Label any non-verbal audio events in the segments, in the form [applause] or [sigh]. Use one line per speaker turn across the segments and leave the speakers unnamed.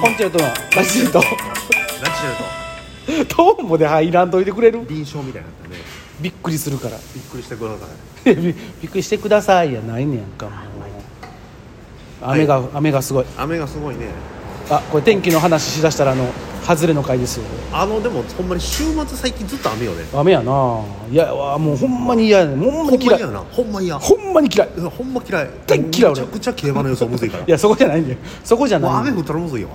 コンチェルトのラジルと
ラジェ
[laughs] トーンボで入らんといてくれる
ルと臨床みたいになったね
びっくりするから
びっくりしてください
びびっくりしてくださいやないねやんかもう雨が、雨がすごい
雨がすごいね
あこれ天気の話しだしたらあの外れの回ですよ
あのでもほんまに週末最近ずっと雨よね
雨やないやわもうほんまに嫌やねほんま
ほん
に嫌
ま嫌
い
なほんま嫌
ほんまに嫌い
いやほんま嫌い
大っ嫌い俺
めちゃくちゃ競馬の予想むずいか
[laughs]
ら
いやそこじゃないんだよそこじゃ
もう
ない
雨降ったらむずいよ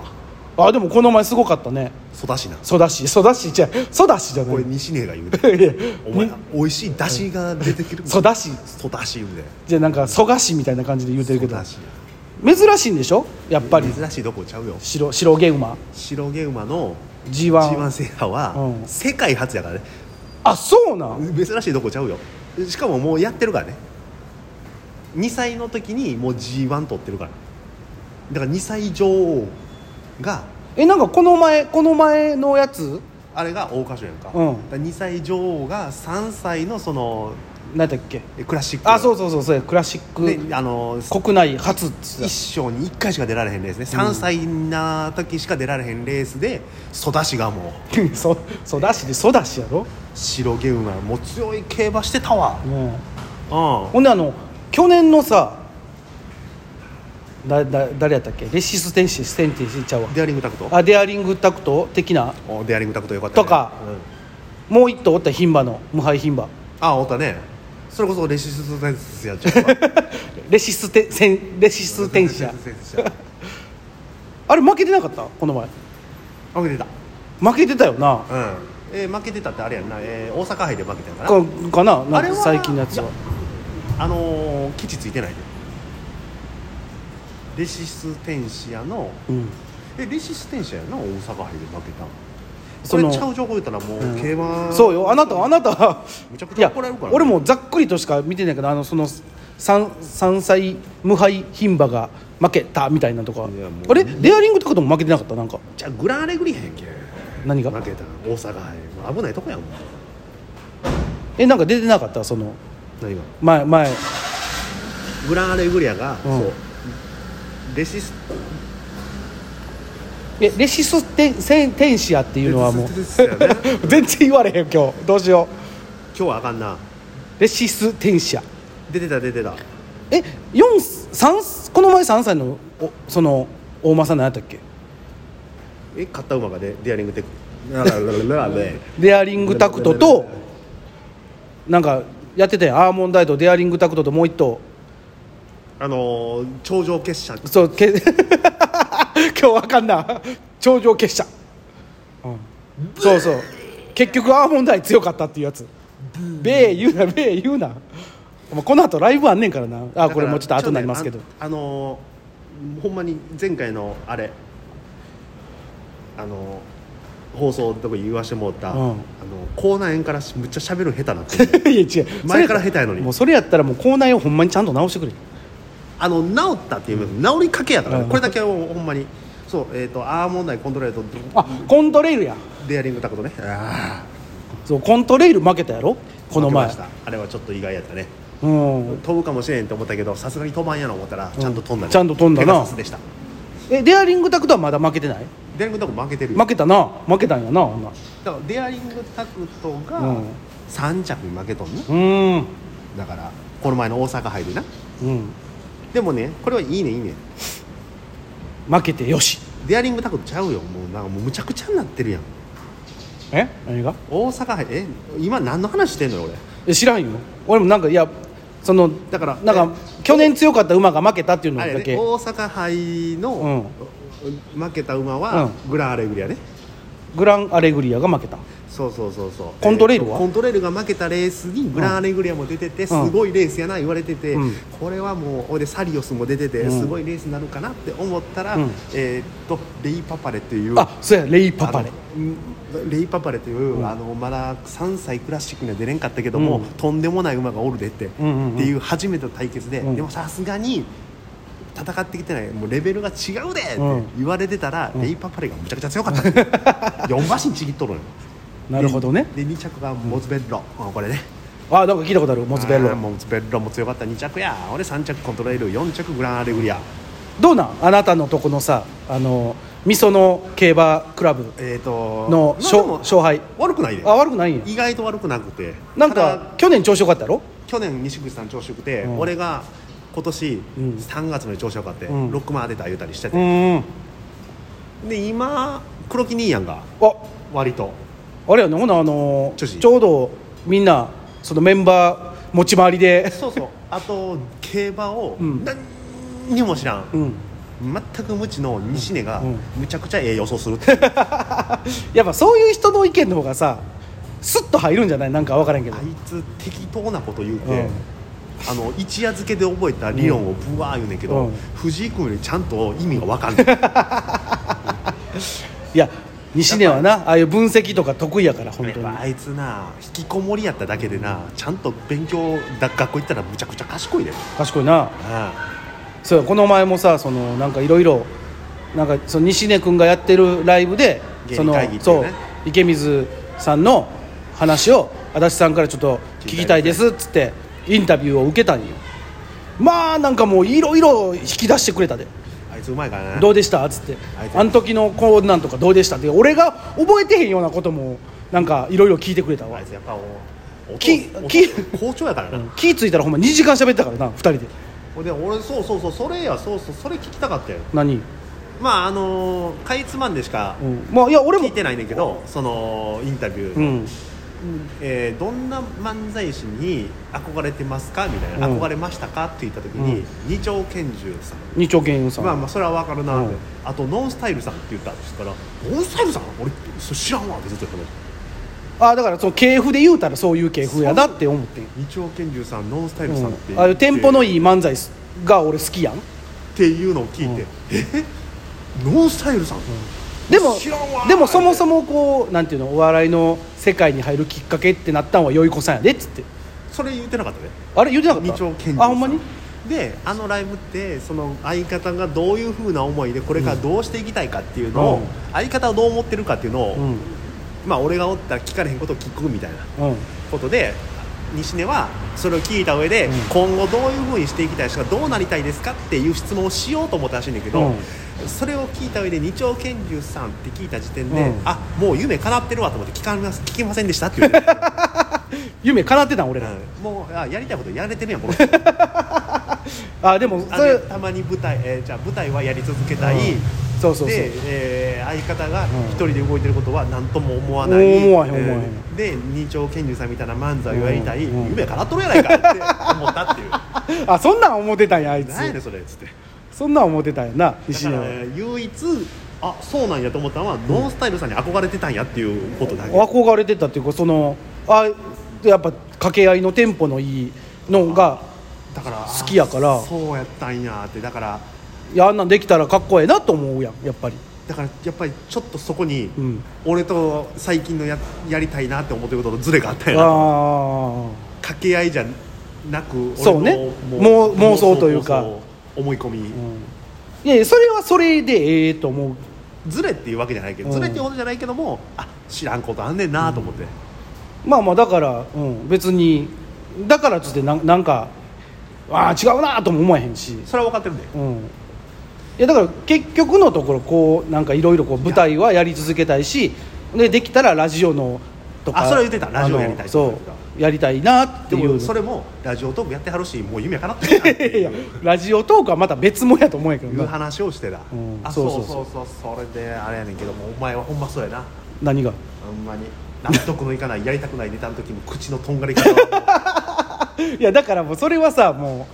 わ
あでもこの前すごかったね
育ちな
ソダシソダシじゃソダシじゃな
これ
い
西根が言う
[laughs]
て
いや
お前美味しい出汁が出てくる
ソダシ
そだし言うて
じゃなんかソガシみたいな感じで言うてるけど
そだし
珍しいんでしょやっぱり
珍しいどこちゃうよ
白白毛馬
白毛馬の
G1,
G1 制覇は
うん
世界初やからね
あそうなん
珍しいどこちゃうよしかももうやってるからね2歳の時にもう G1 取ってるからだから2歳女王が
えなんかこの前この前のやつ
あれが桜花賞やんか,、
うん
2歳女王が3歳のその
何だっけ
えクラシック
あそうそうそうそうやクラシック
であの
国内初っつって
一生に1回しか出られへんレースね3歳な時しか出られへんレースで育ちがもう
た [laughs] そソダシでソダシやろ、
白毛馬もう強い競馬してたわ
ね
うん
ほんであの去年のさだだ誰やったっけレシステンシステンテンシちゃうわ
デアリングタクト
あデアリングタクト的な
おデアリングタクトよかったね
とか
うん
もう一頭おった牝馬の無敗牝馬
あおったねそれこそレシスタンスやっちゃうわ
レシステセンレシステンシアあれ負けてなかったこの前
負けてた
負けてたよな
うん、えー負けてたってあれやんな、えー大阪杯で負けてたんから
かかなな
あ
ん
れ
か
は
最近のやつはい
やあのー、基地ついてないでレシステンシアの
うん
えレシステンシアやな大阪杯で負けたんそ
そ
れ
の
ちゃう情報言ったらもう、競馬
そうよあなたあなたは
めちゃく
い
ちゃ
や
怒られるからね、
俺もざっくりとしか見てないけどあのその 3, 3歳無敗牝馬が負けたみたいなとか
いやもう
あれデアリングとかでも負けてなかったなんか
じゃあグランアレグリアやんけ
何が
負けたん大阪杯もう危ないとこやもん
えなんか出てなかったその
何が
前前
グランアレグリアが、
うん
そうレシス
えレシステンセンテンシアっていうのはもう
レシステンシアね
[laughs] 全然言われへん今日どうしよ
今日はあかんな
うレシステンシア
出てた出てた
え四三この前3歳のおその大間さん何やったっけ
え買った馬がでデアリングテックララララで
デアリングタクトとなんかやっててアーモンダイトデアリングタクトともう一頭
あのー頂上決勝
そうけ [laughs] 今日わかんな頂上決勝、うん、そうそう結局アーモンダイ強かったっていうやつべえ言うなべえ言うなお前この後ライブあんねんからなあこれもうちょっと後になりますけど、
ちょっとねああのーほんまに前回のあれあのー放送のとこ言わしてもらった、
うん
あの口内炎からしむっちゃ喋るの下手なって
[laughs]
る
いや違う
前から下手やのに
もうそれや [laughs] ったらもう口内をほんまにちゃんと直してくれ
あの治ったっていう、治りかけやから、ね
うん
これだけはほんまにそうえっ、とアーモンダイコントレールと
あコントレイルや
デアリングタクトねあ
そうコントレイル負けたやろ
ー
この前
負けましたあれはちょっと意外やったね
うん
飛ぶかもしれんと思ったけどさすがに飛ばんやな思ったらちゃんと飛んだ、ね
ちゃんと飛んだな
ペガサスでした
えデアリングタクトはまだ負けてない
デアリングタクト負けてるよ
負けたな負けたんやなほんな
だからデアリングタクト
う
が
ん
3着に負けとんね、
うーん
だからこの前の大阪杯でな
うん
でもねこれはいいねいいね
負けてよし
デアリングタクトちゃうよもうなんかもうむちゃくちゃになってるやん
え何が
大阪杯え今何の話してんのよ俺
え知らんよ俺もなんかいやその
だから
なんか去年強かった馬が負けたっていうの
あ
だ
れや
け
ね大阪杯の、負けた馬はグランアレグリアね、
グランアレグリアが負けた
そうそうそうそう
コントレイルは
えーとコントレイルが負けたレースにグランアレグリアも出てて、すごいレースやな言われてて、
うん
これはもうほいでサリオスも出てて、
ん
すごいレースになるかなって思ったら、
うん
えーっとレイ・パパレという
あそうやレイ・パパレ
あのうんレイ・パパレという、あのまだ3歳クラシックには出れんかったけども、
うん
とんでもない馬がおるでって,、
うんうんうん
っていう初めての対決で、
うん
でもさすがに戦ってきてないもうレベルが違うでって
うん
言われてたら、レイ・パパレがむちゃくちゃ強かった4
[laughs]
馬身ちぎっとるのよ
なるほどね
で2着がモズベッロ、あこれね
あなんか聞いたことあるモズベッ
あー
ロ
モズベッロも強かった2着や俺3着コントロール4着グランアレグリア
どうなんあなたのとこのさあの味噌の競馬クラブ
えっ、と
の
まあ
勝
でも
勝敗
悪くないで
あ悪くないんや
意外と悪くなくて
なん
ただ
か去年調子よかったやろ
去年西口さん調子よくて、
うん
俺が今年
うん
3月まで調子よかって、
うん
ロックマン当てた言うたりして
う
て、
んあ
で今黒木兄やんが割と
あれやねほなあの
女子
ちょうどみんなそのメンバー持ち回りで
そうそう [laughs] あと競馬を
うん
何にも知らん、
うん
全く無知の西根が
うんうん
むちゃくちゃええ予想するって
やっぱそういう人の意見の方がさスッと入るんじゃないなんか分からんけど
あいつ適当なこと言うて、
うん
あの一夜漬けで覚えた理論をぶわー言うねんけど、
うん
藤井君よりちゃんと意味が分か
[laughs]
んない
いや西根はなああいう分析とか得意やから本
やっ
当に
ぱあいつな引きこもりやっただけでなちゃんと勉強だ学校行ったらむちゃくちゃ賢いで
賢いな
あ
そうやこの前もさそのなんかいろいろなんかその西根君がやってるライブで
芸
そ
人
の
会議ってい
そうう
ね
池水さんの話を足立さんからちょっと聞きたいですっつってインタビューを受けたんよまあなんかもういろいろ引き出してくれたで
あいつうまいから
「
な
どうでした?」っつって
あい
「
つ
あの時のこうなんとかどうでした?」って俺が覚えてへんようなこともなんかいろいろ聞いてくれたわ
あいつやっぱおお
き
お
き
校長やからな、
気ぃ付いたらほんま2時間喋ってたからな2人で
ほんで俺そうそうそうそれやそうそうそれ聞きたかったよ
何、
まああのーかいつまんでしか
うん、まあいや俺
聞
も
いてないねんけどそのインタビュー
う
の、
ん
えーどんな漫才師に憧れてますかみたいな、
うん
憧れましたかって言った時に、
うん
二丁拳銃さん
二丁拳さん、
まあまあそれは分かるなって、
うん
あとノンスタイルさんって言ったんですからノンスタイルさん俺それ知らんわってずっと言ってた
あだからその系譜で言うたらそういう系譜やなって思ってん
二丁拳銃さんノンスタイルさんって、
うん、ああいうテンポの
っ
いい漫才が俺好きやん
ていうのを聞いて、えノンスタイルさん、
でも
知らんわ
でもそもそもこうなんていうのお笑いの世界に入るきっかけってなったんはよい子さんやでっつって
それ言ってなかったね
あれ言ってなかった
二丁拳銃さん
あほんまに
であのライブってその相方がどういうふうな思いでこれからどうしていきたいかっていうのを、
うん
相方はどう思ってるかっていうのを、
うん
まあ俺がおったら聞かれへんことを聞くみたいな
うん
ことで西根はそれを聞いた上で、
うん
今後どういうふうにしていきたいしかどうなりたいですかっていう質問をしようと思ったらしいんだけど、それを聞いた上で二丁拳銃さんって聞いた時点で、
うん
あもう夢叶ってるわと思って聞かます聞きませんでしたって
[laughs]
言われて、
夢叶ってたん俺ら、
うんもうあやりたいことやれてるやんこの人
あでも
あ
それ
でたまに舞台、えーじゃあ舞台はやり続けたい、
うんそうそうそう
で、えー相方が
ん
一人で動いてることは何とも思わない、
思わへん
えー
思わへ
で二丁拳銃さんみたいな漫才をやりたい、
うんうん
夢叶っとるやないかって思ったっていう
あそんなん思ってたんやあいつ
何やねんそれっつって
そんなん思ってたんやな西
だ
野
か
は
ら、唯一あそうなんやと思ったのは、ノンスタイルさんに憧れてたんやっていうことだけ
憧れてたっていうかそのあやっぱ掛け合いのテンポのいいのが
だから
好きやから
あそうやったんやってだから
いやあんなんできたらかっこええなと思うやんやっぱり
だからやっぱりちょっとそこに、
うん
俺と最近のややりたいなって思ってることのズレがあったんやなと思って
あ
掛け合いじゃなく
そうね
俺の
もう妄想というか
妄想思い込み、
あ、うん、いやいやそれはそれでええと思う
ズレっていうわけじゃないけど、
うん
ズレっていうほどじゃないけどもあ知らんことあんねんなと思って、
まあまあだから、うん、別にだからっつってなんなんかああ違うなとも思わへんし、
それは分かってるんで
うん、いやだから結局のところこうなんかいろいろこう舞台はやり続けたいしでできたらラジオのとか
あそれは言ってたラジオやりた
あの
いって言
そ
ってた
うやりたいなって
で
いう
もそれもラジオトークやってはるしもう夢かなってるなっ
[laughs]
て
い
い
や
う
ラジオトークはまた別もんやと思うんやけ
いう
どな
話をしてた、
うん
あ
そ
そうう
そ
そうう
そ
そううそうそれであれやねんけどもお前はほんまそうやな
何が
ほんまに納得のいかないやりたくないネタの時の口のとんがり方は
[laughs] いやだからもうそれはさも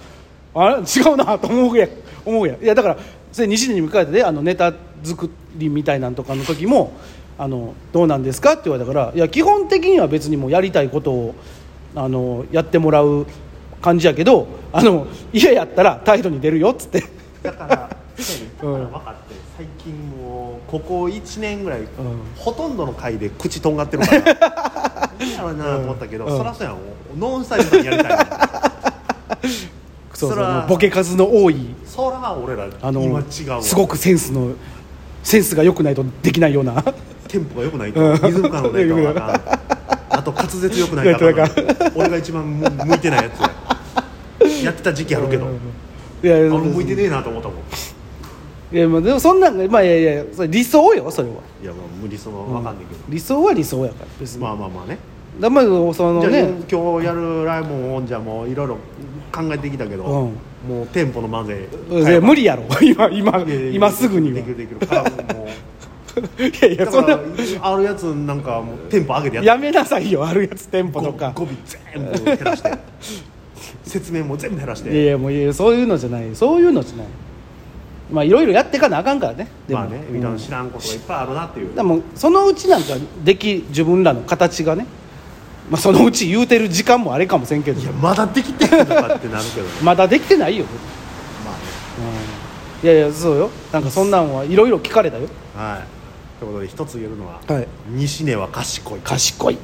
うあれ違うなと思うやん思うやんいやだからそれ西年に向かえてねあのネタ作りみたいなんとかの時もあのどうなんですかって言われたからいや基本的には別にもうやりたいことをあのやってもらう感じやけどあの嫌やったら態度に出るよっつって
だからそうやねん
う
だから
ん
分かって最近もうここ1年ぐらい、
ん
ほとんどの回で口とんがってるから [laughs] いいやろなと思ったけど、
うん
そらそうやんノンスタイルさんにやりたいな
そうそう
そら
もうボケ数の多い
[laughs] そら俺ら
あの
今違うわ
すごくセンスのセンスが良くないとできないような。 [laughs]
テンポが良くないとリズム感のないとあ [laughs] かんあと滑舌良くないとあかん俺が一番む向い [laughs] てないやつややってた時期あるけど、
いやいや
俺向いてねえなと思ったもん
いやまあでもそんなんまあいやいやそれ理想よそれはい
やまあ無理その分かんないけど、
理想は理想やから別に
まあまあまあね
だまあその
じゃあ、
ね
今日やるライブもじゃあもういろいろ考えてきたけど、
うん
もうテンポの漫才
いや無理
[laughs]
やろ今今
いやいや
今すぐには [laughs]
で
い
きるできるからもう
やいや
だ
そ
か
んな
らあるやつなんかもうテンポ上げてやって
やめなさいよあるやつテンポ
語
とか
語尾全部減らして
[laughs]
説明も全部減らし
いやい
て
やもういやそういうのじゃないそういうのじゃないまあいろいろやってかなあかんからねでも
まあね
うん
みたいな知らんことがいっぱいあるなっていう
でもそのうちなんかでき自分らの形がね、まあ、そのうち言うてる時間もあれかもせんけど
いやまだできてるのかってなるけど
まだできてないよ、
ま
うん、いやいやそうよなんかそんなんはいろいろ聞かれたよ
あねはいということで一つ言えるのは、
はい
西根は賢い
賢い